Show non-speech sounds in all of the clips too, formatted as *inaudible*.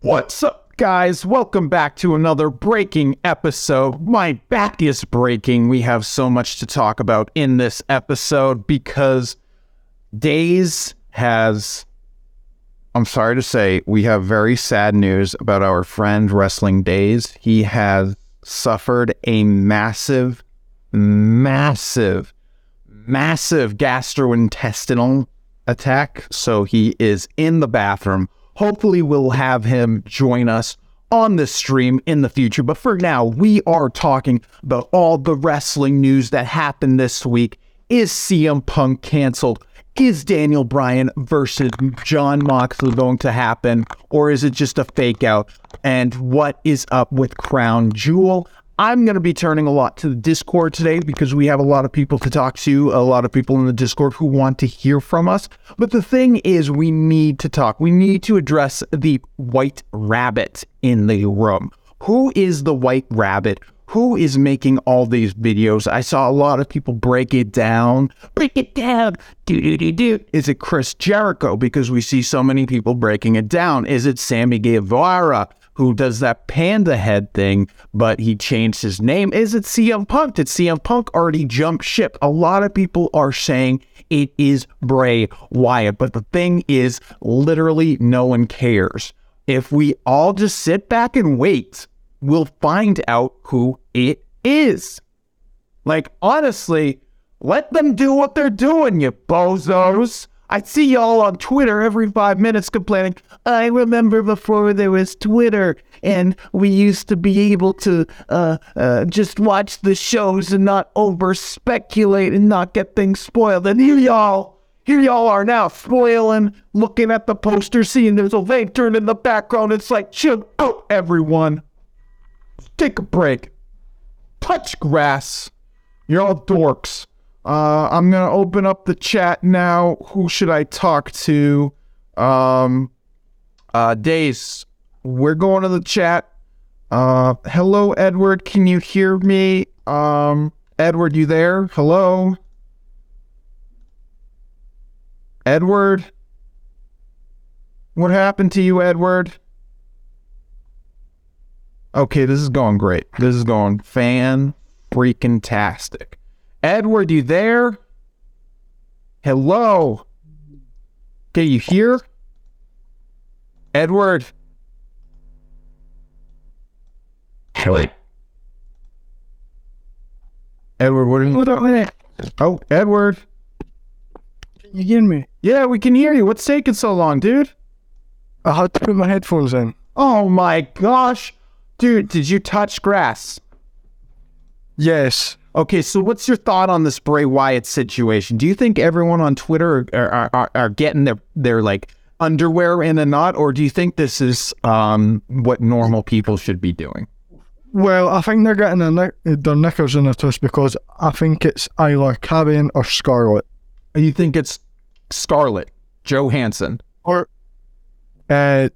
What's up, guys? Welcome back to another breaking episode. My back is breaking. We have so much to talk about in this episode because Days has. I'm sorry to say, we have very sad news about our friend Wrestling Days. He has suffered a massive, massive, massive gastrointestinal attack. So he is in the bathroom. Hopefully, we'll have him join us on this stream in the future. But for now, we are talking about all the wrestling news that happened this week. Is CM Punk canceled? Is Daniel Bryan versus John Moxley going to happen? Or is it just a fake out? And what is up with Crown Jewel? I'm going to be turning a lot to the Discord today because we have a lot of people to talk to, a lot of people in the Discord who want to hear from us. But the thing is, we need to talk. We need to address the white rabbit in the room. Who is the white rabbit? Who is making all these videos? I saw a lot of people break it down. Break it down. Do do do do. Is it Chris Jericho? Because we see so many people breaking it down. Is it Sammy Guevara? who does that panda head thing, but he changed his name. Is it CM Punk? Did CM Punk already jump ship? A lot of people are saying it is Bray Wyatt, but the thing is, literally, no one cares. If we all just sit back and wait, we'll find out who it is. Like, honestly, let them do what they're doing, you bozos. I see y'all on Twitter every five minutes complaining, I remember before there was Twitter and we used to be able to uh, uh, just watch the shows and not over speculate and not get things spoiled. And here y'all, here y'all are now spoiling, looking at the poster, seeing there's a lantern in the background. It's like, chill out, everyone. Take a break. Touch grass. You're all dorks. Uh, I'm gonna open up the chat now. Who should I talk to? Um, uh, Days, we're going to the chat. Uh, hello, Edward. Can you hear me? Um, Edward, you there? Hello, Edward. What happened to you, Edward? Okay, this is going great. This is going fan freaking tastic. Edward, you there? Hello. Can you hear? Edward, Kelly. Edward, what are you? Hold on a minute. Oh, Edward. Can you hear me? Yeah, we can hear you. What's taking so long, dude? I had to put my headphones in. Oh my gosh. Dude, did you touch grass? Yes. Okay, so what's your thought on this Bray Wyatt situation? Do you think everyone on Twitter are, are, are, are getting their, their like underwear in a knot, or do you think this is um, what normal people should be doing? Well, I think they're getting their, knick- their knickers in a twist because I think it's either Carrion or Scarlet. You think it's Scarlett Johansson? Or, uh,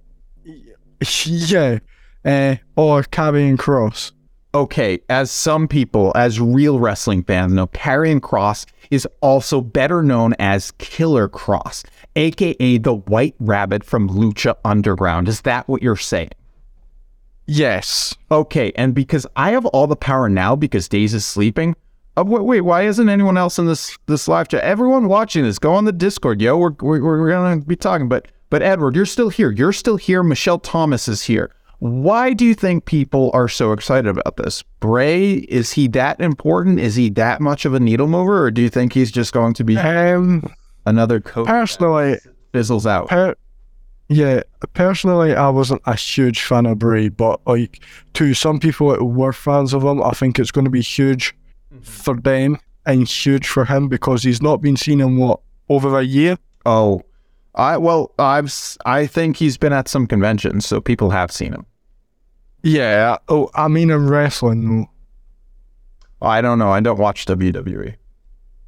yeah, uh, or Carrion Cross. okay, as some people, as real wrestling fans know, Karrion Cross is also better known as Killer Cross, aka the White Rabbit from Lucha Underground. Is that what you're saying? Yes. Okay, and because I have all the power now because Days is sleeping. Uh, wait, wait, why isn't anyone else in this this live chat? Everyone watching this, go on the Discord, yo. We're we're, we're gonna be talking, but but Edward, you're still here. You're still here. Michelle Thomas is here. Why do you think people are so excited about this? Bray, is he that important? Is he that much of a needle mover, or do you think he's just going to be Um, another coach that personally, fizzles out? per- yeah, personally, I wasn't a huge fan of Bray, but like to some people that were fans of him, I think it's going to be huge for them and huge for him because he's not been seen in what over a year. Oh, I well, I've s- I think he's been at some conventions, so people have seen him. Yeah. Oh, I mean in wrestling though, Oh, I don't know. I don't watch E. WWE.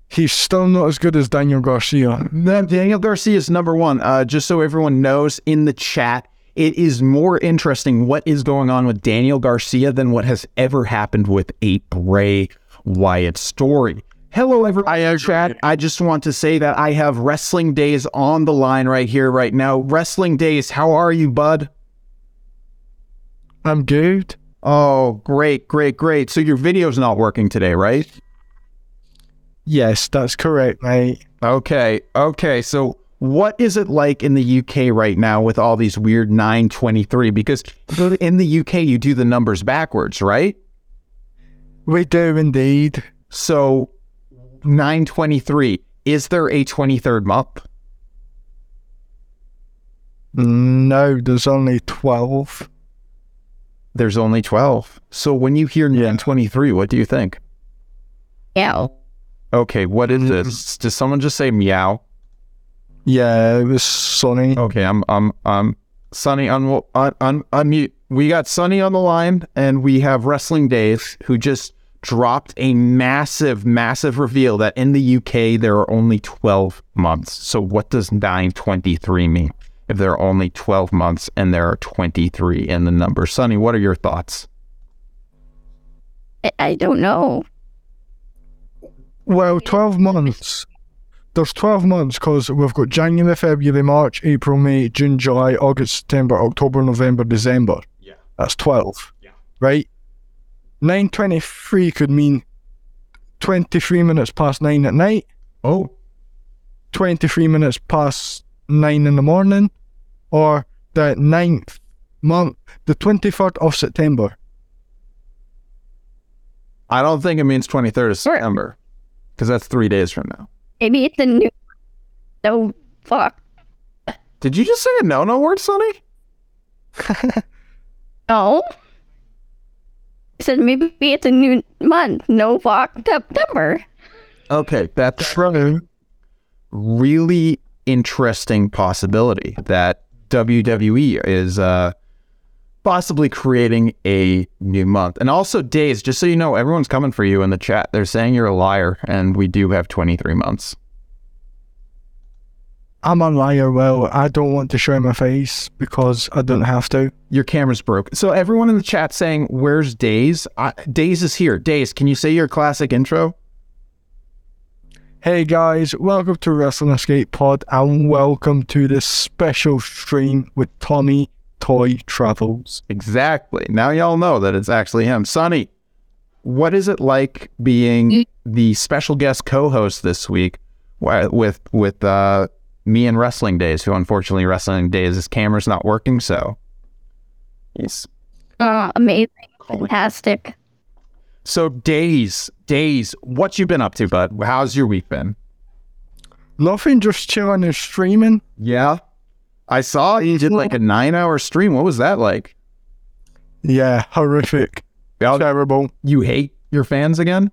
he's still not as good as Daniel Garcia. No, Daniel Garcia is number one. Uh, just so everyone knows in the chat, it is more interesting what is going on with Daniel Garcia than what has ever happened with a Bray Wyatt story. Hello, everyone. I chat. I just want to say that I have Wrestling Days on the line right here, right now. Wrestling Days, how are you, bud? I'm good. Oh, great, great, great. So your video's not working today, right? Yes, that's correct, mate. Okay, okay. So what is it like in the UK right now with all these weird 923? Because in the UK, you do the numbers backwards, right? We do indeed. So 923, is there a 23rd month? No, there's only 12. There's only 12. So when you hear Yeah. 923, what do you think? Yeah. Okay, what is this? Does someone just say meow? Yeah, it was sunny. Okay, I'm I'm I'm Sonny on on on unmute. We got Sonny on the line, and we have Wrestling Dave, who just dropped a massive, massive reveal that in the UK there are only twelve months. So what does nine twenty three mean? If there are only twelve months and there are twenty three in the number, Sonny, what are your thoughts? I, I don't know. Well, 12 months. There's 12 months because we've got January, February, March, April, May, June, July, August, September, October, November, December. Yeah. That's 12. Yeah. Right? 923 could mean 23 minutes past 9 at night, Oh, 23 minutes past 9 in the morning, or the 9th month, the 23rd of September. I don't think it means twenty third of September, because that's three days from now. Maybe it's a new. So fuck. Did you just say a no no word, Sonny? No. I said maybe it's a new month. No fuck September. Okay, that's True. really interesting possibility that WWE is uh, possibly creating a new month. And also, days, just so you know, everyone's coming for you in the chat. They're saying you're a liar, and we do have 23 months. I'm a liar, Well, I don't want to show my face because I don't have to. Your camera's broke. So, everyone in the chat saying, Where's Days? I, days is here. Days, can you say your classic intro? Hey guys, welcome to Wrestling Escape Pod and welcome to this special stream with Tommy Toy Travels. Exactly. Now, y'all know that it's actually him. Sonny, what is it like being the special guest co-host this week wi- with with uh, me and Wrestling Days, who unfortunately Wrestling Days his camera's not working, so he's Uh, amazing. Fantastic. so Days, Days, what you been up to, bud? How's your week been? Nothing, just chilling and streaming. Yeah, I saw you did like a nine-hour stream. What was that like? Yeah, horrific. Terrible. You hate your fans again?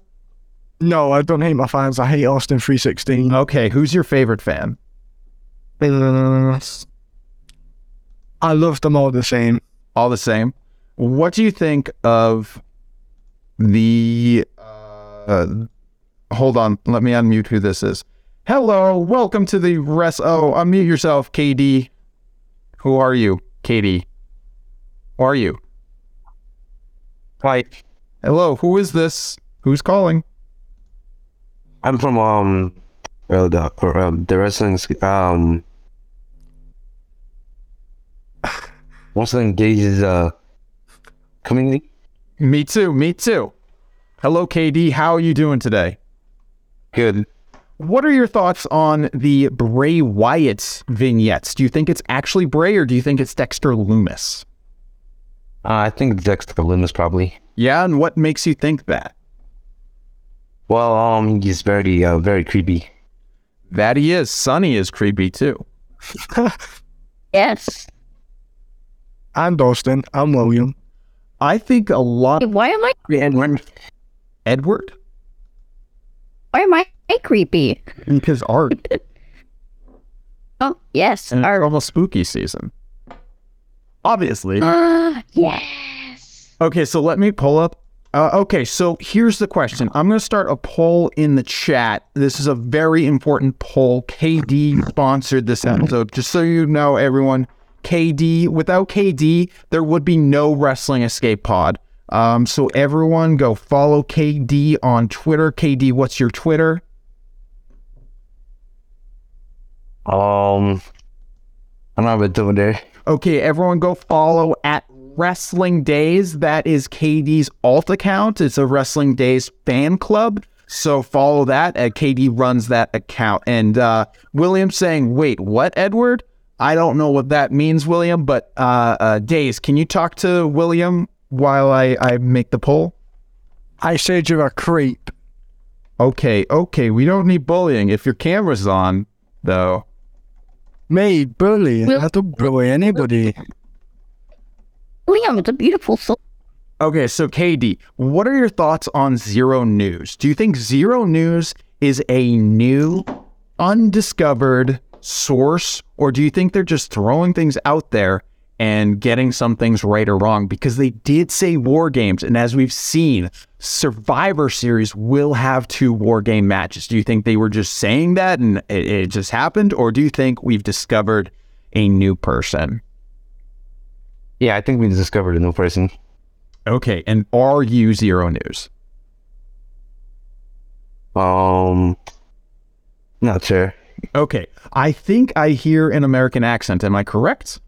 No, I don't hate my fans. I hate Austin 316. Okay, who's your favorite fan? I love them all the same. all the same. What do you think of the? Uh, hold on, let me unmute who this is. Hello, welcome to the rest. Oh, unmute yourself, KD. Who are you, KD? Who are you? Hi. Hello, who is this? Who's calling? I'm from um, well, the or, um, the wrestling sc- um, *sighs* wrestling engages uh community. Me too. Me too. Hello, KD. How are you doing today? Good. What are your thoughts on the Bray Wyatt vignettes? Do you think it's actually Bray or do you think it's Dexter Loomis? Uh, I think Dexter Loomis probably. Yeah, and what makes you think that? Well, um, he's very uh very creepy. That he is. Sonny is creepy too. Yes. And Austin, I'm William. I think a lot Hey, of Why am I? Edward Why am I creepy? because art Oh yes. and Our, almost spooky season. Obviously. Ah, yes. Okay, so let me pull up. Uh, okay, so here's the question. I'm going to start a poll in the chat. This is a very important poll. KD sponsored this episode. Just so you know, everyone, KD, without KD, there would be no Wrestling Escape Pod. Um, so everyone go follow KD on Twitter. KD, what's your Twitter? Um, I don't know what to do there. Okay, everyone go follow at Wrestling Days. That is KD's alt account. It's a Wrestling Days fan club. So follow that. Uh, KD runs that account. And uh, William saying, wait, what, Edward? I don't know what that means, William, but uh, uh, Days, can you talk to William while I, I make the poll? I said you're a creep. Okay, okay. We don't need bullying. If your camera's on, though. Me, bully. Well- I don't bully anybody. Liam, it's a beautiful soul. Okay, so KD, what are your thoughts on Zero News? Do you think Zero News is a new, undiscovered source, or do you think they're just throwing things out there and getting some things right or wrong? Because they did say war games, and as we've seen, Survivor Series will have two war game matches. Do you think they were just saying that and it, it just happened, or do you think we've discovered a new person? Yeah, I think we discovered a new person. Okay, and are you Zero News? Um, not sure. Okay. I think I hear an American accent. Am I correct?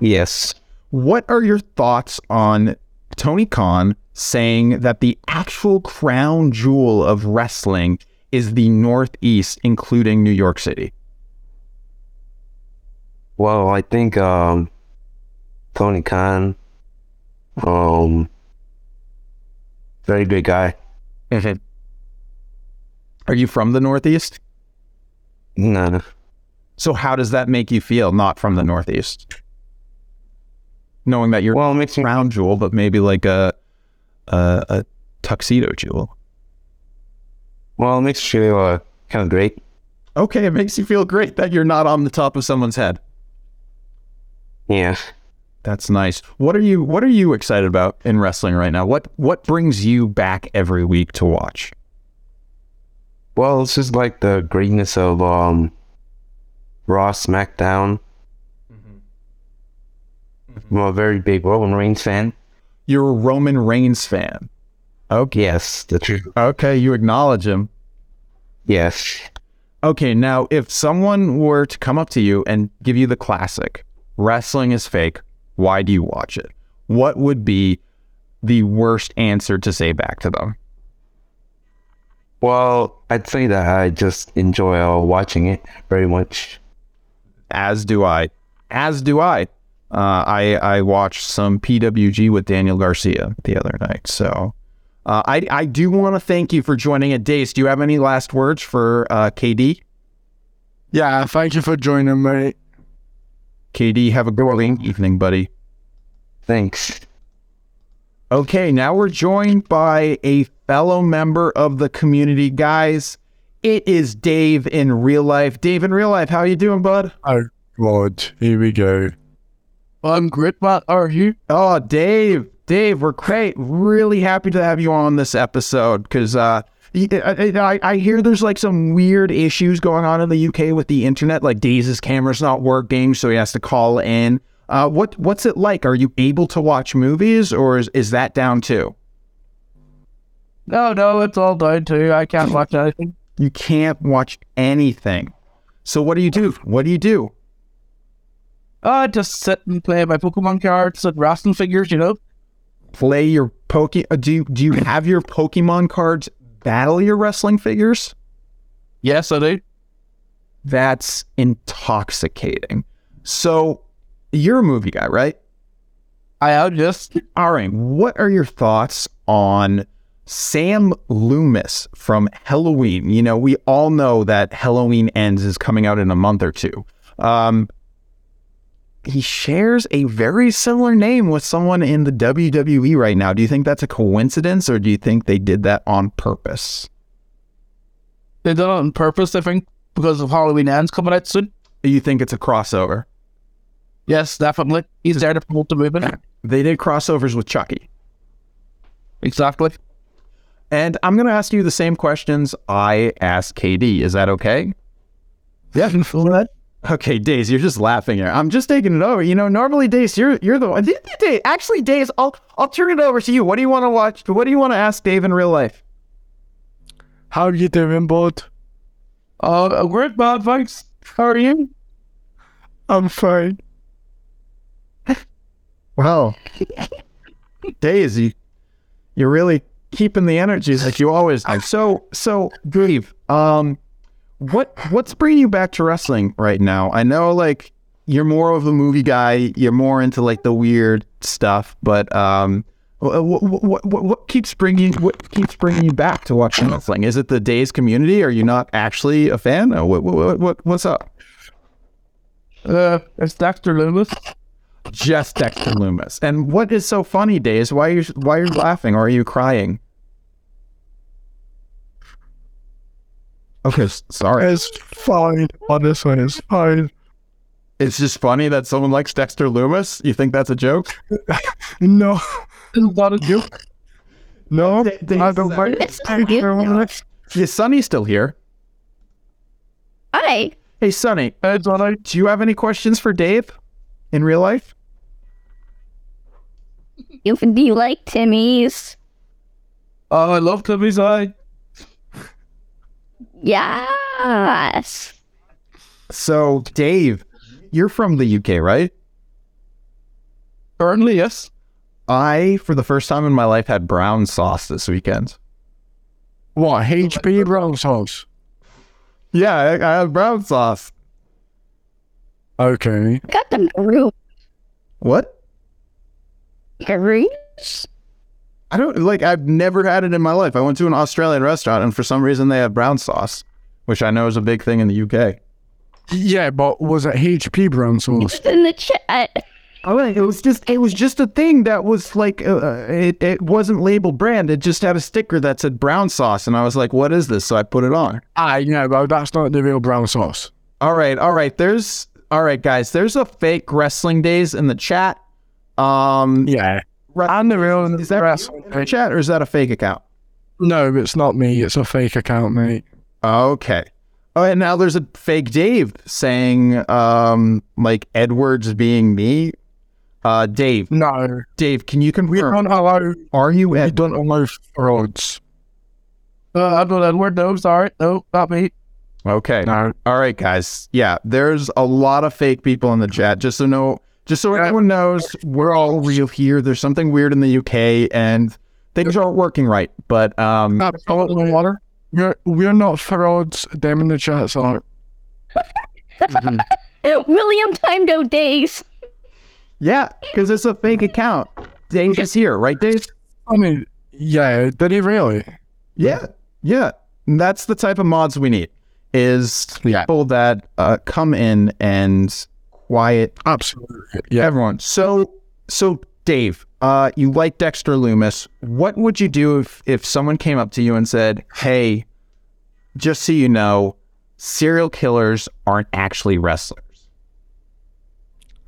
Yes. What are your thoughts on Tony Khan saying that the actual crown jewel of wrestling is the Northeast, including New York City? Well, I think um, Tony Khan, um, very good guy. Mm-hmm. Are you from the Northeast? No, no. So, how does that make you feel not from the Northeast? Knowing that you're Well, it makes me crown jewel, but maybe like a, a, a tuxedo jewel. well, it makes you feel uh, kind of great. Okay, it makes you feel great that you're not on the top of someone's head. Yeah. That's nice. What are you What are you excited about in wrestling right now? What What brings you back every week to watch? Well, it's just like the greatness of um, Raw SmackDown. I'm a very big Roman Reigns fan. You're a Roman Reigns fan. Okay. Yes, the truth. Okay, you acknowledge him. Yes. Okay, now if someone were to come up to you and give you the classic, wrestling is fake. Why do you watch it? What would be the worst answer to say back to them? Well, I'd say that I just enjoy uh, watching it very much. As do I. As do I. Uh, I I watched some PWG with Daniel Garcia the other night. So uh, I I do want to thank you for joining at Dace. Do you have any last words for uh, KD? Yeah, thank you for joining, mate. KD, have a good evening, buddy. Thanks. Okay, now we're joined by a fellow member of the community, guys. It is Dave in real life. Dave in real life, how you doing, bud? Oh, God. Here we go. I'm great, Matt. How are you? Oh, Dave, Dave, we're great. Really happy to have you on this episode because uh, y- I, I- I hear there's like some weird issues going on in the UK with the internet. Like Dave's camera's not working, so he has to call in. Uh, what what's it like? Are you able to watch movies, or is, is that down too? No, no, it's all down to you. I can't watch anything. You can't watch anything. So what do you do? What do you do? I Ah, just sit and play my Pokemon cards and wrestling figures, you know? Play your poke? uh, Do you, do you have your Pokemon cards? Battle your wrestling figures? Yes, I do. That's intoxicating. So, you're a movie guy, right? I am just. All right. What are your thoughts on Sam Loomis from Halloween? You know, we all know that Halloween Ends is coming out in a month or two. Um, he shares a very similar name with someone in the WWE right now. Do you think that's a coincidence or do you think they did that on purpose? They done it on purpose, I think, because of Halloween ends coming out soon. You think it's a crossover? Yes, definitely. He's there to promote the movement. They did crossovers with Chucky. Exactly. And I'm going to ask you the same questions I asked KD. Is that okay? *laughs* Yeah, can feel that. Okay, Days, you're just laughing here. I'm just taking it over. You know, normally Days, you're you're the one. Days, actually, Days, I'll I'll turn it over to you. What do you want to watch? What do you want to ask Dave in real life? How you doing, bud? Uh, a great man, thanks. How are you? I'm fine. Wow. Daisy, you're really keeping the energies like you always do. So, so Grieve, um, what what's bringing you back to wrestling right now? I know like you're more of a movie guy, you're more into like the weird stuff, but um, what what, what, what keeps bringing what keeps bringing you back to watching wrestling? Is it the Days community? Are you not actually a fan? Or what, what, what what's up? Uh, it's Dexter Loomis. just Dexter Loomis. And what is so funny, Days? Why are you why are you laughing or are you crying? Okay, s- sorry. It's fine. Honestly, it's fine. It's just funny that someone likes Dexter Loomis. You think that's a *laughs* joke? No, It's not a joke. no, They- they- I don't like It's not you. Is Sonny still here? Hi. Hey, Sonny, It's not a do you have any questions for Dave in real life? You, do you like Timmy's? Oh, I love Timmy's eye. Yes. So, Dave, you're from the UK, right? Currently, yes. I, for the first time in my life, had brown sauce this weekend. what HB Brown's house. Yeah, I, I had brown sauce. Okay, Got them group. What? Groups? I don't like. I've never had it in my life. I went to an Australian restaurant, and for some reason they have brown sauce, which I know is a big thing in the UK. yeah, but was it HP Brown's house? It's in the chat. Oh, it was just it was just a thing that was like uh, it it wasn't labeled brand. It just had a sticker that said brown sauce, and I was like, "What is this?" So I put it on. Ah, yeah, well, that's not the real brown sauce. All right, all right. There's all right, guys. There's a fake wrestling days in the chat. Um, Yeah, wrestling and the real is that wrestling. you in the chat or is that a fake account? No, it's not me. It's a fake account, mate. Okay. Oh, and now there's a fake Dave saying, um, like Edwards being me. Uh, Dave, No, Dave, can you we confirm? don't allow. Are you We Ed? don't allow frauds. Uh, I'm not Edward. No, sorry. No, not me. Okay. No, All right, guys. Yeah, there's a lot of fake people in the chat. Just so no, just so Yeah. everyone knows, we're all real here. There's something weird in the UK, and things aren't working right. But um, absolutely water. We're we're not frauds. Them in the chats are. Uh, *laughs* William timed out days. yeah, because it's a fake account. Dave is here, right, Dave? I mean, yeah, did he really? Yeah, yeah. And that's the type of mods we need. Is Yeah. people that uh, come in and quiet Absolutely. Yeah. everyone. So, so Dave, uh, you like Dexter Loomis. What would you do if if someone came up to you and said, "Hey, just so you know, serial killers aren't actually wrestlers."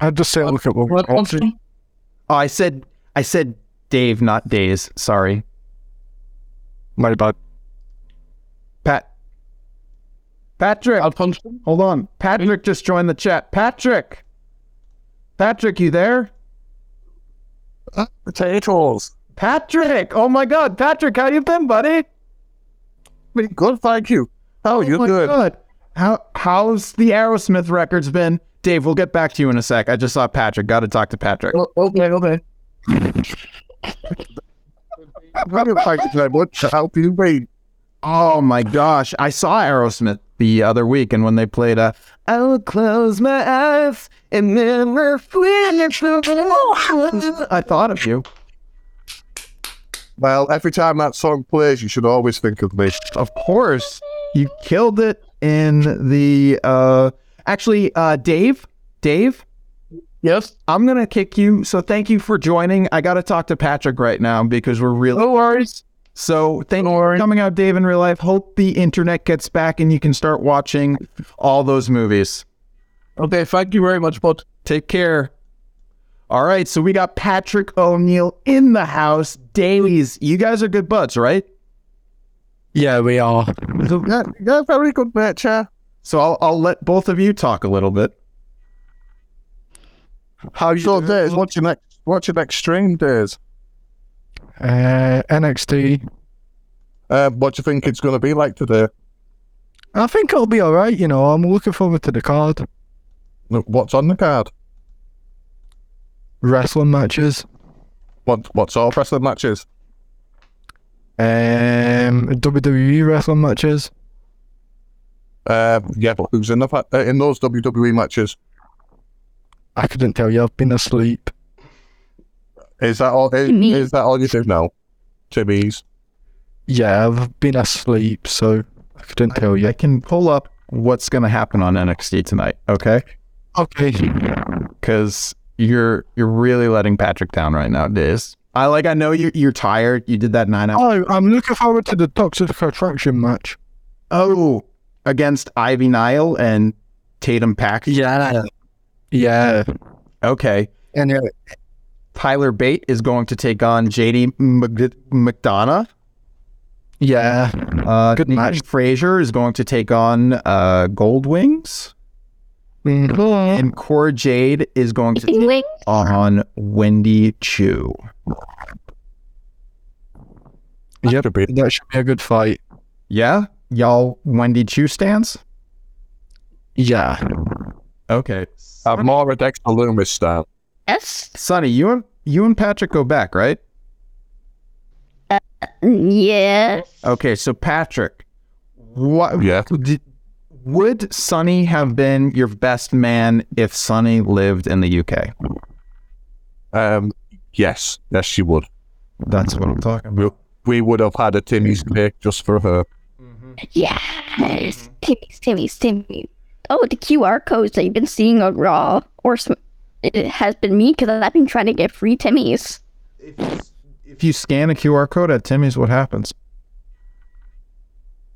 I'd just say, look at what we're What up to. country? Oh, I said, I said Dave, not Days. Sorry, My bad. Pat. Patrick. I'll punch him. Hold on. Patrick just joined the chat. Patrick. Patrick, you there? Potatoes. Patrick. Oh my god. Patrick, how you been, buddy? Oh Pretty good, thank you. How are you my doing? God. How how's the Aerosmith records been? Dave, we'll get back to you in a sec. I just saw Patrick. Gotta talk to Patrick. O- Okay, okay. I'm very thank you very much. How do you been? Oh my gosh. I saw Aerosmith the other week and when they played uh I will close my eyes and never finish the I thought of you. Well, every time that song plays, you should always think of me. of course, you killed it in the. Uh, actually, uh, Dave, Dave, Yes. I'm gonna kick you. So thank you for joining. I gotta talk to Patrick right now because we're really. No worries. So thank Don't you for worry. coming out, Dave, in real life. Hope the internet gets back and you can start watching all those movies. Okay, thank you very much, bud. Take care. All right, so we got Patrick O'Neill in the house. Dailies, you guys are good buds, right? Yeah, we are. Yeah, yeah very good, mate, yeah. So I'll, I'll let both of you talk a little bit. How you so, Days, what's your next, what's your next stream, Days? Uh, NXT. Uh, what do you think it's going to be like today? I think it'll be all right. You know, I'm looking forward to the card. Look, What's on the card? wrestling matches. What what sort of wrestling matches? Um, WWE wrestling matches. Uh, yeah, but who's in the fa- uh, in those WWE matches? I couldn't tell you. I've been asleep. Is that all? Is, Me. is that all you do now? Timmy's. Yeah, I've been asleep, so I couldn't tell I you. can pull up what's going to happen on NXT tonight, okay? Okay. Because you're you're really letting Patrick down right now, Diz. I like. I know you you're tired. You did that nine hour. Oh, I'm looking forward to the Toxic Attraction match. Oh, against Ivy Nile and Tatum Pack. Yeah. Yeah. Okay. Anyway, Tyler Bate is going to take on JD Mc- McDonough. yeah. Uh, Good Nathan match. Frazier is going to take on uh, Goldwings, Mhm. and Cora Jade is going *laughs* to take Wait, on Wendy Chu. Yep. Should be. That should be a good fight. Yeah, y'all Wendy Chu stands. Yeah. Okay, Have more of Dexter Loomis style. yes, Sonny, you and you and Patrick go back, right? yes. Okay, so Patrick, what Yeah. did, would Sonny have been your best man if Sonny lived in the UK? Um. Yes. Yes, she would. That's what I'm talking about. We, we would have had a Timmy's pick just for her. Yes. Timmy's, Timmy's, Timmy's. Oh, the QR codes that you've been seeing on Raw or Sm- it has been me because I've been trying to get free Timmy's. If you scan a QR code at Timmy's, what happens?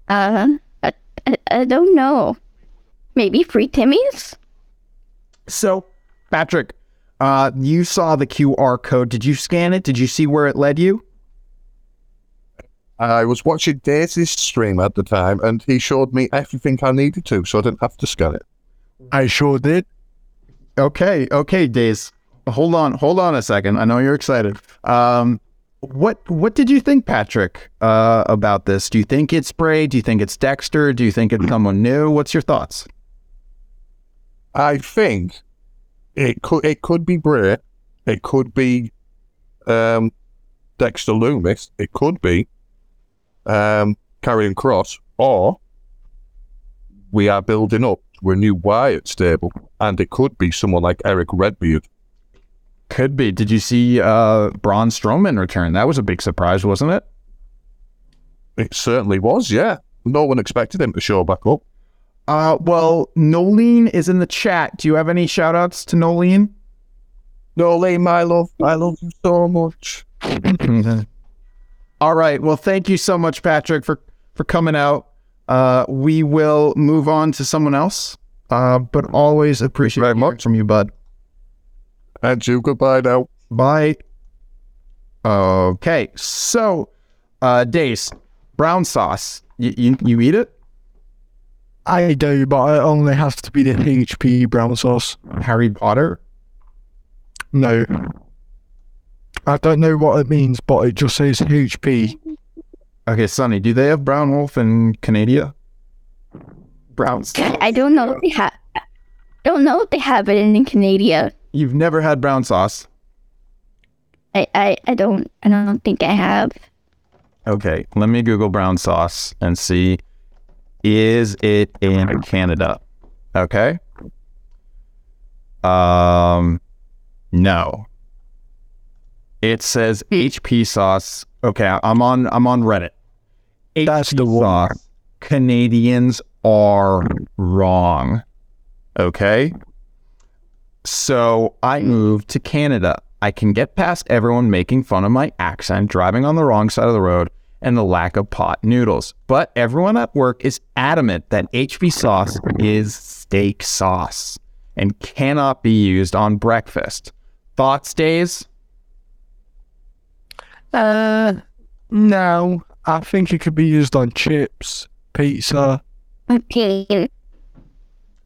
Uh, I, I, I don't know. Maybe free Timmy's? So, Patrick, uh, you saw the QR code. Did you scan it? Did you see where it led you? I was watching Daisy's stream at the time, and he showed me everything I needed to, so I didn't have to scan it. I sure did. Okay, okay, Days. Hold on, hold on a second. I know you're excited. Um, what what did you think, Patrick, uh, about this? Do you think it's Bray? Do you think it's Dexter? Do you think *clears throat* it's someone new? What's your thoughts? I think it could it could be Bray, it could be um, Dexter Loomis, it could be um, Karrion Cross, or we are building up to a new Wyatt stable, and it could be someone like Eric Redbeard. Could be. Did you see uh, Braun Strowman return? That was a big surprise, wasn't it? It certainly was, yeah. No one expected him to show back up. Uh, well, Nolene is in the chat. Do you have any shout outs to Nolene? No, Lane, my love, I love you so much. All right. Well, thank you so much, Patrick, for for coming out. Uh, we will move on to someone else, uh, but always appreciate Very hearing much. from you, bud. And you, goodbye now. Bye. Okay. So, uh, Dace, brown sauce. You, you you eat it? I do, but it only has to be the HP brown sauce. Harry Potter. No. I don't know what it means, but it just says HP. Okay, Sonny, do they have brown wolf in Canada? Brown. sauce. I don't know if they have. Don't know if they have it in Canada. You've never had brown sauce. I, I, I don't I don't think I have. Okay, let me Google brown sauce and see is it in Canada? Okay. Um no. It says HP sauce. Okay, I- I'm on I'm on Reddit. That's HP the one. sauce. Canadians are wrong. Okay? So I moved to Canada. I can get past everyone making fun of my accent, driving on the wrong side of the road, and the lack of pot noodles. But everyone at work is adamant that HB sauce is steak sauce and cannot be used on breakfast. Thoughts, Days? Uh, no. I think it could be used on chips, pizza, Okay.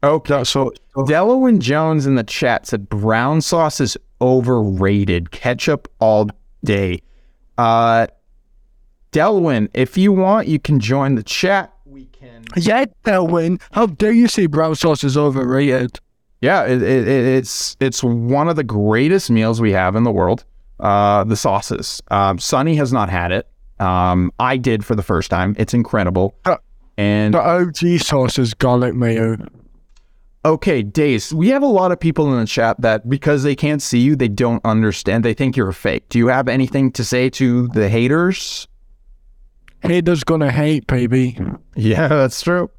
Okay. that sort. Of stuff. Dello and Jones in the chat said brown sauce is overrated. Ketchup all day. Uh Delwyn, if you want, you can join the chat. Yeah, Delwyn. How dare you say brown sauce is overrated? Yeah, it, it, it- it's it's one of the greatest meals we have in the world. Uh, the sauces. Um, Sonny has not had it. Um, I did for the first time. It's incredible. Uh, And The OG sauce is garlic mayo. okay, Dace, we have a lot of people in the chat that because they can't see you, they don't understand. They think you're a fake. Do you have anything to say to the haters? Haters gonna hate, baby. Yeah, *laughs* that's true.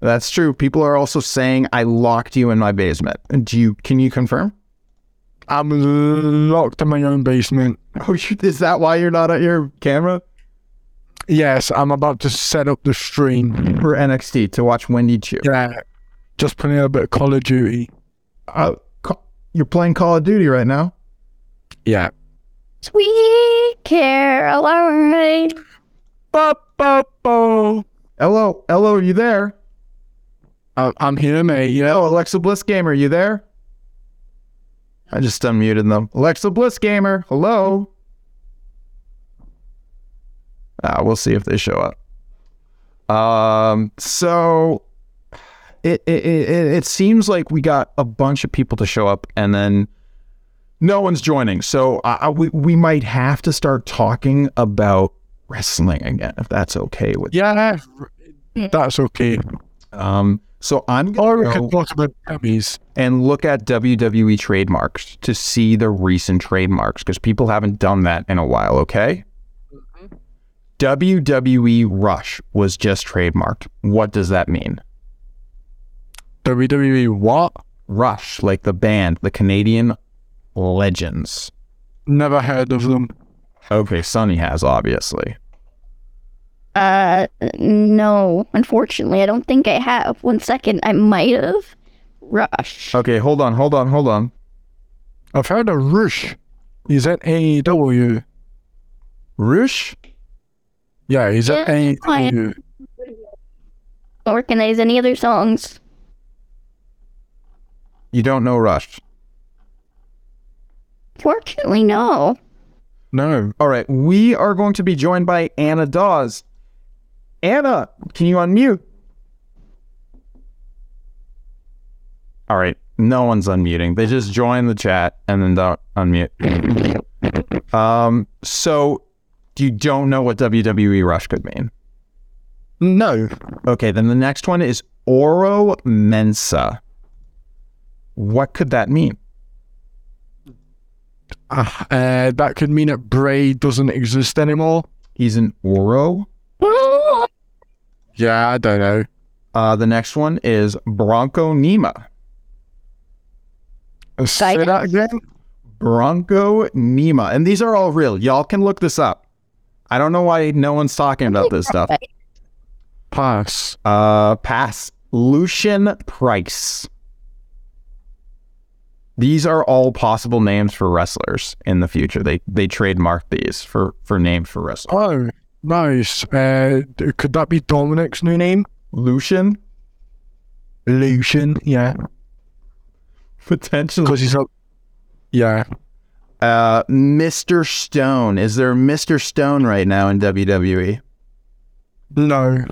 That's true. People are also saying I locked you in my basement. Do you? Can you confirm? I'm locked in my own basement. Oh, *laughs* you- is that why you're not at your camera? Yes, I'm about to set up the stream. for NXT to watch Wendy Chu. Yeah, just playing a bit of Call of Duty. Uh, ca- you're playing Call of Duty right now. Yeah. Sweet Caroline. Ba, ba, ba. Hello, hello, are you there? I- I'm here, mate. Yeah. Oh, Alexa Bliss Gamer, are you there? I just unmuted them. Alexa Bliss Gamer, hello. Ah, we'll see if they show up. Um, so it it, it it it seems like we got a bunch of people to show up, and then no one's joining. So I, I- we we might have to start talking about wrestling again, if that's okay with. Yeah. That's okay. Um, so I'm Or gonna we go- could talk about gummies. and look at WWE trademarks to see the recent trademarks because people haven't done that in a while, okay? WWE Rush was just trademarked. What does that mean? WWE E what? Rush, like the band, the Canadian legends. Never heard of them. Okay, Sonny has, obviously. Uh, no. Unfortunately, I don't think I have. One second, I might have. Oh. Rush. Okay, hold on, hold on, hold on. I've heard of Roosh. He's at AEW. Rush? Yeah, he's at Yeah, AEW. Don't recognize any other songs. You don't know Rush. Fortunately, no. No. All right, we are going to be joined by Anna Dawes. Anna, can you unmute? All right, no one's unmuting. They just join the chat and then don't unmute. Um, so you don't know what WWE Rush could mean. No. Okay, then the next one is Oro Mensa. What could that mean? Ah, Uh, that could mean that Bray doesn't exist anymore. He's an Oro. Yeah, I don't know. Uh, the next one is Bronco Nima. Uh, Say Guidance. that again. Bronco Nima. And these are all real. Y'all can look this up. I don't know why no one's talking about this stuff. Pass. Uh pass. Lucian Price. These are all possible names for wrestlers in the future. They they trademark these for for names for wrestlers. Oh, nice. Uh, d- could that be Dominic's new name? Lucian Lucian. Yeah, potentially. because he's a. Yeah. Uh, Mr. Stone. Is there a Mr. Stone right now in E? WWE? No.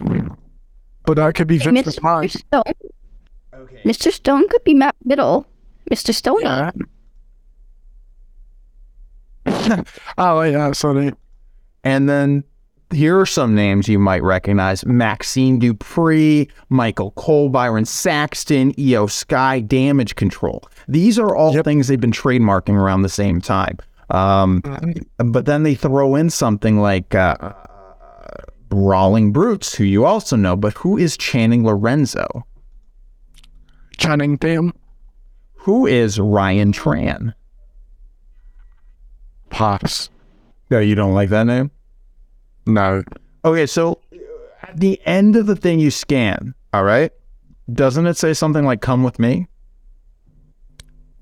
But that could be Vince Mr. McMahon. Stone. Mr. Stone could be Matt Biddle. Mr. Stoney. Yeah. *laughs* oh, wait, yeah, sorry. And then here are some names you might recognize Maxine Dupree, Michael Cole, Byron Saxton, EO Sky, Damage Control. These are all Yep. things they've been trademarking around the same time. Um, but then they throw in something like uh, Brawling Brutes, who you also know, but who is Channing Lorenzo? Channing Tatum. Who is Ryan Tran? Pass. No, you don't like that name? No. Okay, so uh, at the end of the thing you scan, all right, doesn't it say something like "Come with me"?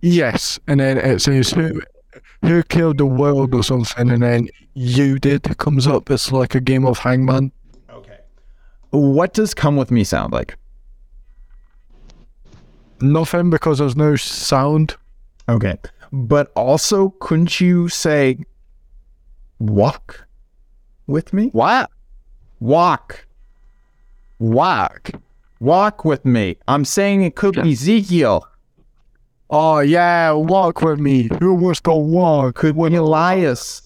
Yes, and then it says who who killed the world or something, and then you did comes up. It's like a game of hangman. What does "Come with me" sound like? Nothing because there's no sound. Okay, but also couldn't you say "Walk with me"? What? Walk, Whack. walk with me. I'm saying it could be Ezekiel. Oh yeah, walk with me. Who wants to walk? Could be Elias,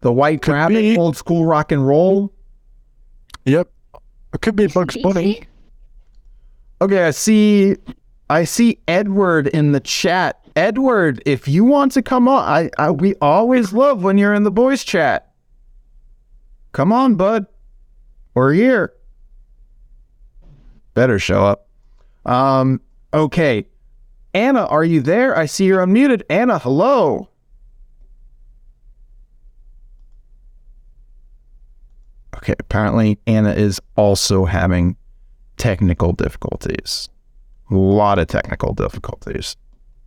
the White Rabbit, be. old school rock and roll. Yep. It could be Bugs Bunny. Okay, I see. I see Edward in the chat. Edward, if you want to come on, I, I we always love when you're in the boys chat. Come on, bud. We're here. Better show up. Um. Okay. Anna, are you there? I see you're unmuted. Anna, hello. Okay, apparently Anna is also having technical difficulties. A lot of technical difficulties.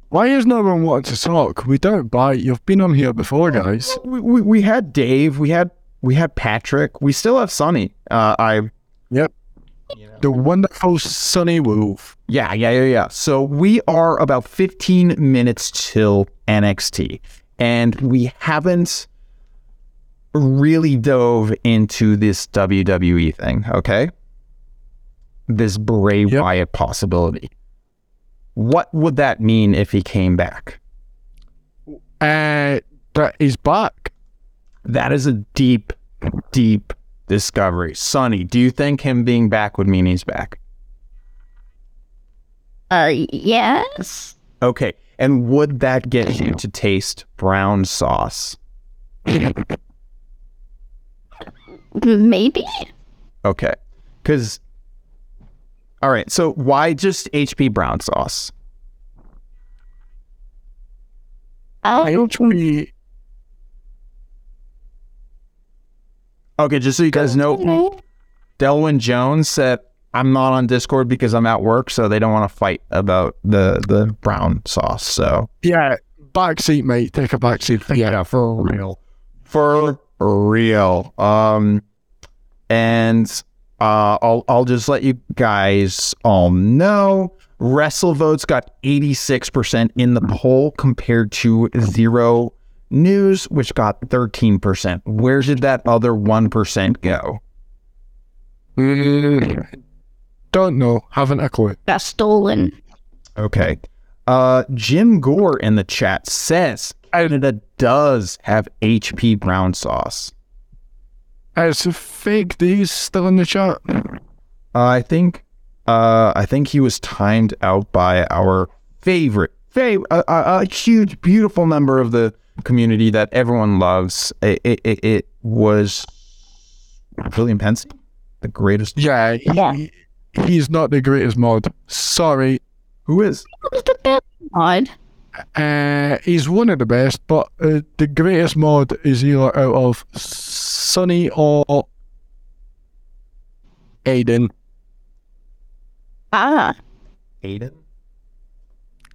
Why is no one wanting to talk? We don't bite. You've been on here before, guys. We, we, we had Dave, we had we had Patrick, we still have Sonny. Uh, I The wonderful Sunny Wolf. Yeah, yeah, yeah, yeah. So we are about 15 minutes till NXT, and we haven't really dove into this WWE thing, okay? This Bray Yep. Wyatt possibility. What would that mean if he came back? Uh, that is back. That is a deep, deep discovery. Sonny, do you think him being back would mean he's back? Uh, yes. Okay. And would that get you to taste brown sauce? Maybe. Okay. Because, all right. So why just HP brown sauce? I actually, Okay. Just so you guys know, Delwyn Jones said, I'm not on Discord because I'm at work. So they don't want to fight about the, the brown sauce. So yeah, backseat, mate. Take a backseat. Yeah, for real. for real. Um, and uh, I'll I'll just let you guys all know. WrestleVotes got 86% in the poll compared to zero news, which got 13%. Where did that other 1% go? Mm. Don't know. Haven't a clue. Got stolen. Okay. Uh, Jim Gore in the chat says Canada does have HP brown sauce. It's a fake. These still in the chat. Uh, I think, uh, I think he was timed out by our favorite, fav- a, a, a huge, beautiful member of the community that everyone loves. It, it, it, it was William Pence, the greatest. Yeah, he, he's not the greatest mod. Sorry, Who is? That was the best mod. Uh, he's one of the best, but uh, the greatest mod is either out of Sunny or Aiden. Ah, Hayden.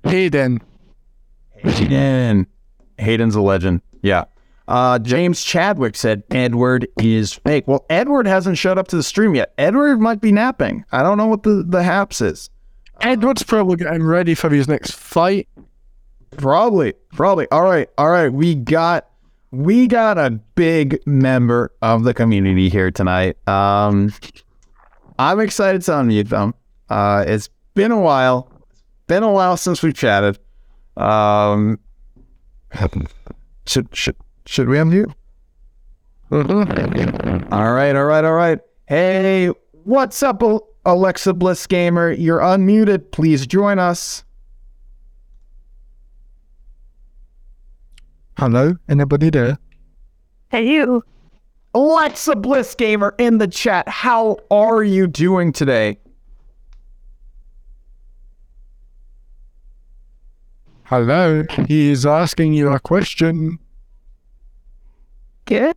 Hayden. Hayden. Hayden's a legend. Yeah. Uh, James Chadwick said Edward is fake. Well, Edward hasn't showed up to the stream yet. Edward might be napping. I don't know what the, the haps is. Edward's probably getting ready for his next fight. Probably, probably. All right, all right. We got we got a big member of the community here tonight. Um, I'm excited to unmute them. Uh, it's been a while. Been a while since we chatted. Um, should should should we unmute? All right, all right, all right. Hey, what's up, Al- Alexa Bliss Gamer? You're unmuted. Please join us. Hello, anybody there? Hey, you. Alexa Bliss Gamer in the chat. How are you doing today? Hello, he is asking you a question. Good.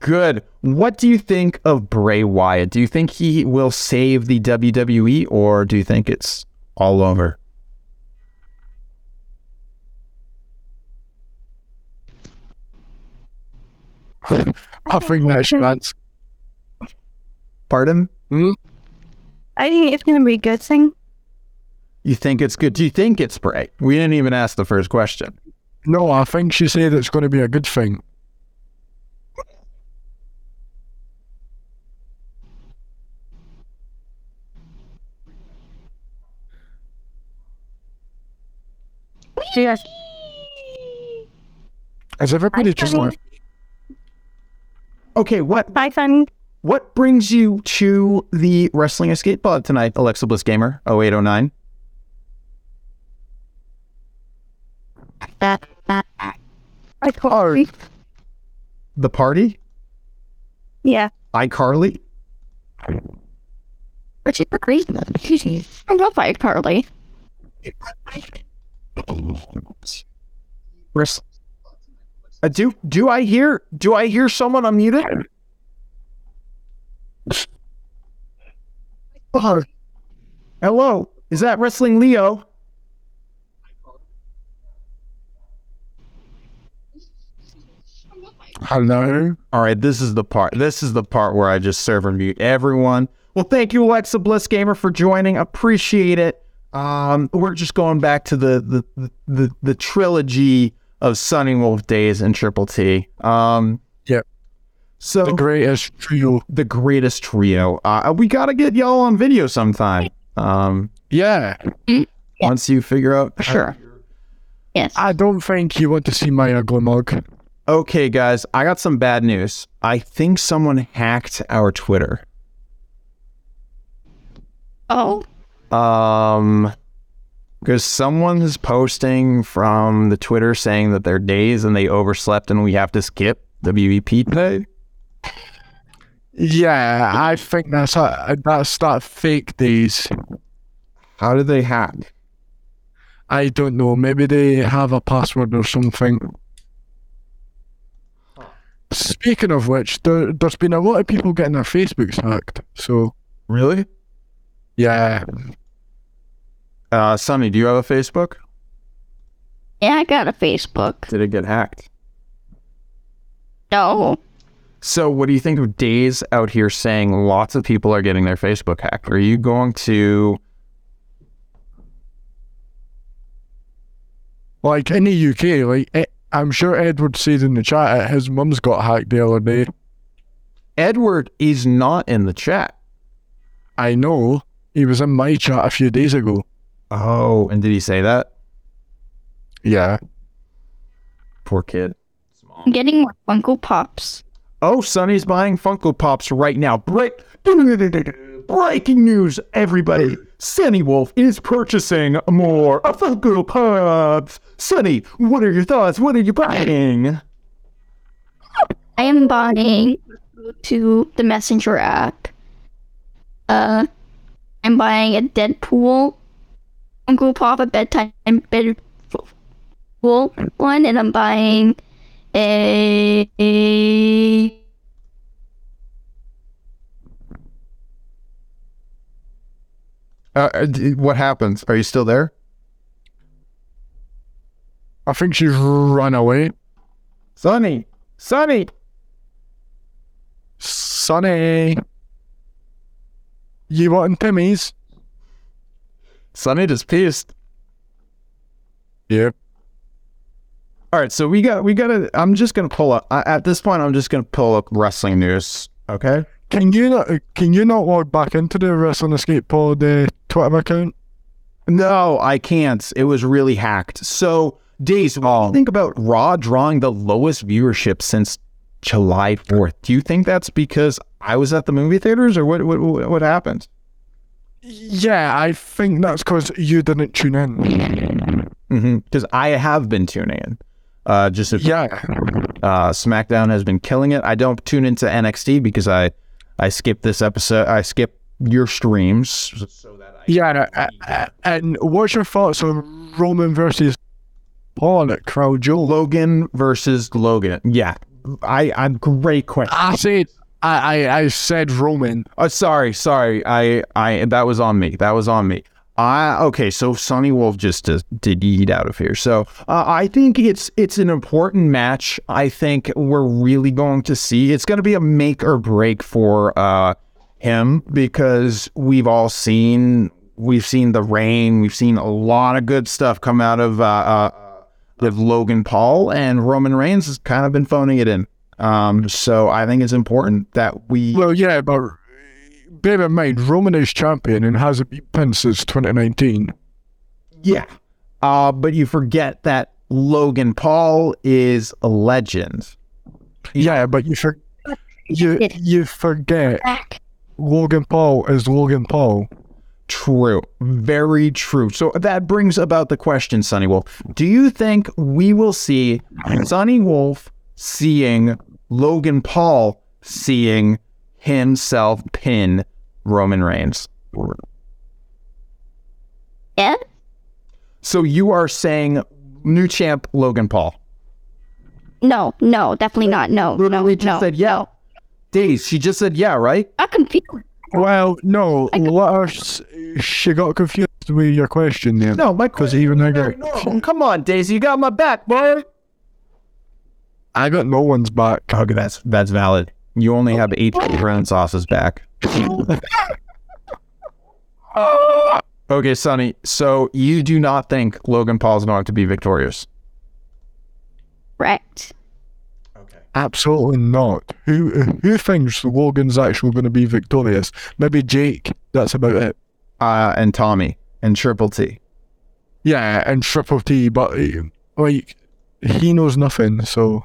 Good. What do you think of Bray Wyatt? Do you think he will save the WWE or do you think it's all over? I think that's your answer. Pardon? I think it's gonna be a good thing. You think it's good? Do you think it's Bray? We didn't even ask the first question. No, I think she said it's going to be a good thing. do that. Is everybody just funny. like Okay, what Bye, Sunny. what brings you to the Wrestling Escape Pod tonight, Alexa Bliss Gamer 0809? I call The party? Yeah. iCarly? But she's crazy. I love Fight Carly. Wrestling. Uh, do do I hear do I hear someone unmuted? Oh. Hello, is that Wrestling Leo? hello? All right, this is the part. This is the part where I just serve and mute everyone. Well, thank you, Alexa Bliss Gamer, for joining. Appreciate it. Um, we're just going back to the the the, the, the trilogy of Sunny Wolf days and Triple T. Um, Yep. So The greatest trio. the greatest trio. Uh, we gotta get y'all on video sometime. Um, Yeah. Once you figure out, Sure. Yes. I don't think you want to see my ugly mug. Okay, guys, I got some bad news. I think someone hacked our Twitter. oh, Um, because someone is posting from the Twitter saying that they're days and they overslept and we have to skip E WVP day. Yeah, I think that's a, that's that fake days. How did they hack? I don't know. Maybe they have a password or something. Speaking of which, there, there's been a lot of people getting their Facebooks hacked. So Really? yeah, Uh, Sonny, do you have a Facebook? yeah, I got a Facebook. Did it get hacked? No. So, what do you think of Days out here saying lots of people are getting their Facebook hacked? Are you going to? like in the UK, like it, I'm sure Edward said in the chat, uh, his mum's got hacked the other day. Edward is not in the chat. I know he was in my chat a few days ago. Oh, and did he say that? Yeah, Poor kid. I'm getting more Funko Pops. Oh, Sonny's buying Funko Pops right now. Break- *laughs* Breaking news, everybody. Sunny Wolf is purchasing more Funko Pops. Sonny, what are your thoughts? What are you buying? I am buying to the Messenger app. Uh, I'm buying a Deadpool Funko Pop, a bedtime Deadpool one, and I'm buying a, a Uh, d- what happens? Are you still there? I think she's run away. Sonny, Sonny. Sonny, you wanting Timmy's? Sonny just pissed. Yep. All right, so we got we got to I'm just going to pull up I, at this point I'm just going to pull up wrestling news, okay? Can you not? Can you not log back into the Wrestling Escape Pod uh, Twitter account? No, I can't. It was really hacked. So, Days, what do you think about Raw drawing the lowest viewership since July 4th? Do you think that's because I was at the movie theaters or what what, what what happened? Yeah, I think that's because you didn't tune in. Because Mm-hmm, I have been tuning in. Uh, just if, Yeah, uh, SmackDown has been killing it. I don't tune into NXT because I I skip this episode. I skip your streams. yeah. uh, uh, And what's your thoughts on Roman versus Paul at Crown Jewel? Logan versus Logan. Yeah, I I'm great question. I said, I, I, I said Roman. Oh, sorry, sorry. I, I, that was on me. That was on me. I, okay. So Sonny Wolf just did, did eat out of here. So uh, I think it's it's an important match. I think we're really going to see. It's going to be a make or break for uh, him because we've all seen we've seen the rain. We've seen a lot of good stuff come out of uh, uh, of Logan Paul and Roman Reigns has kind of been phoning it in. Um, so I think it's important that we. Well, yeah, but bear in mind, Roman is champion and hasn't been pinned since 2019. Yeah. Uh, but you forget that Logan Paul is a legend. Yeah, but you for, you you forget Back. Logan Paul is Logan Paul. True. Very true. So that brings about the question, Sonny Wolf. Do you think we will see Sonny Wolf seeing Logan Paul seeing himself pin Roman Reigns? Yeah. So you are saying new champ Logan Paul. No, no, definitely not. No, Literally no, just no. said yeah. Days, she just said yeah, right? I can feel it. Well, no, let her, s- she got confused with your question there. No, my because even I got question. Come on, Daisy, you got my back, boy. I got no one's back. Okay, Oh, that's that's valid. You only have eight brown sauces back. okay, Sonny. So you do not think Logan Paul's going to be victorious? correct. Absolutely not. Who who thinks Logan's actually going to be victorious? Maybe Jake. That's about it. Uh, and Tommy and Triple T. Yeah, and Triple T, but eh, like he knows nothing. So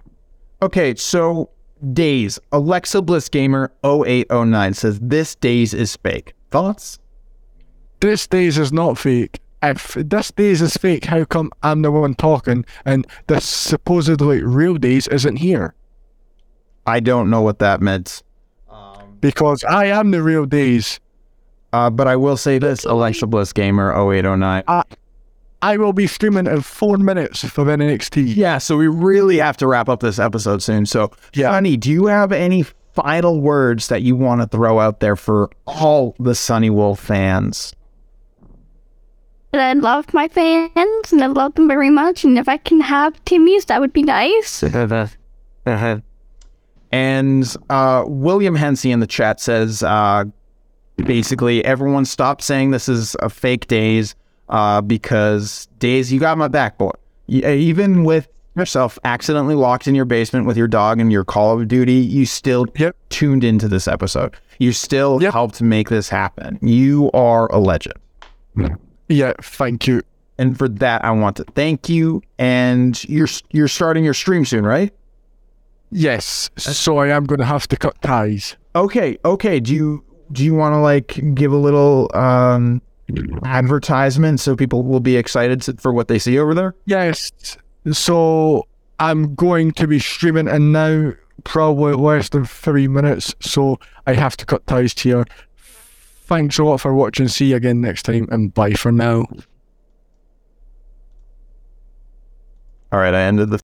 Okay, so Days, Alexa Bliss Gamer 0809 says this Days is fake. Thoughts? this days is not fake. If this days is fake, how come I'm the one talking and this supposedly real days isn't here? I don't know what that meant. Because I am the real days. Uh, but I will say this, Alexa Bliss Gamer 0809. I will be streaming in four minutes for NXT. Yeah, so we really have to wrap up this episode soon. So, Yeah. Sonny, do you have any final words that you want to throw out there for all the Sunny Wolf fans? And I love my fans, and I love them very much. And if I can have Timmy's, that would be nice. And uh, William Hensey in the chat says uh, basically, everyone stop saying this is a fake days uh, because days, you got my back, boy. Y- uh, Even with yourself accidentally locked in your basement with your dog and your Call of Duty, you still Yep. tuned into this episode. You still Yep. helped make this happen. You are a legend. Yeah, thank you. And for that, I want to thank you. And you're you're starting your stream soon, right? Yes, so I am going to have to cut ties. Okay, okay. Do you do you want to like give a little um advertisement so people will be excited to, for what they see over there? Yes, so I'm going to be streaming and now probably less than three minutes, so I have to cut ties here. Thanks a lot for watching. See you again next time, and bye for now. All right, I ended the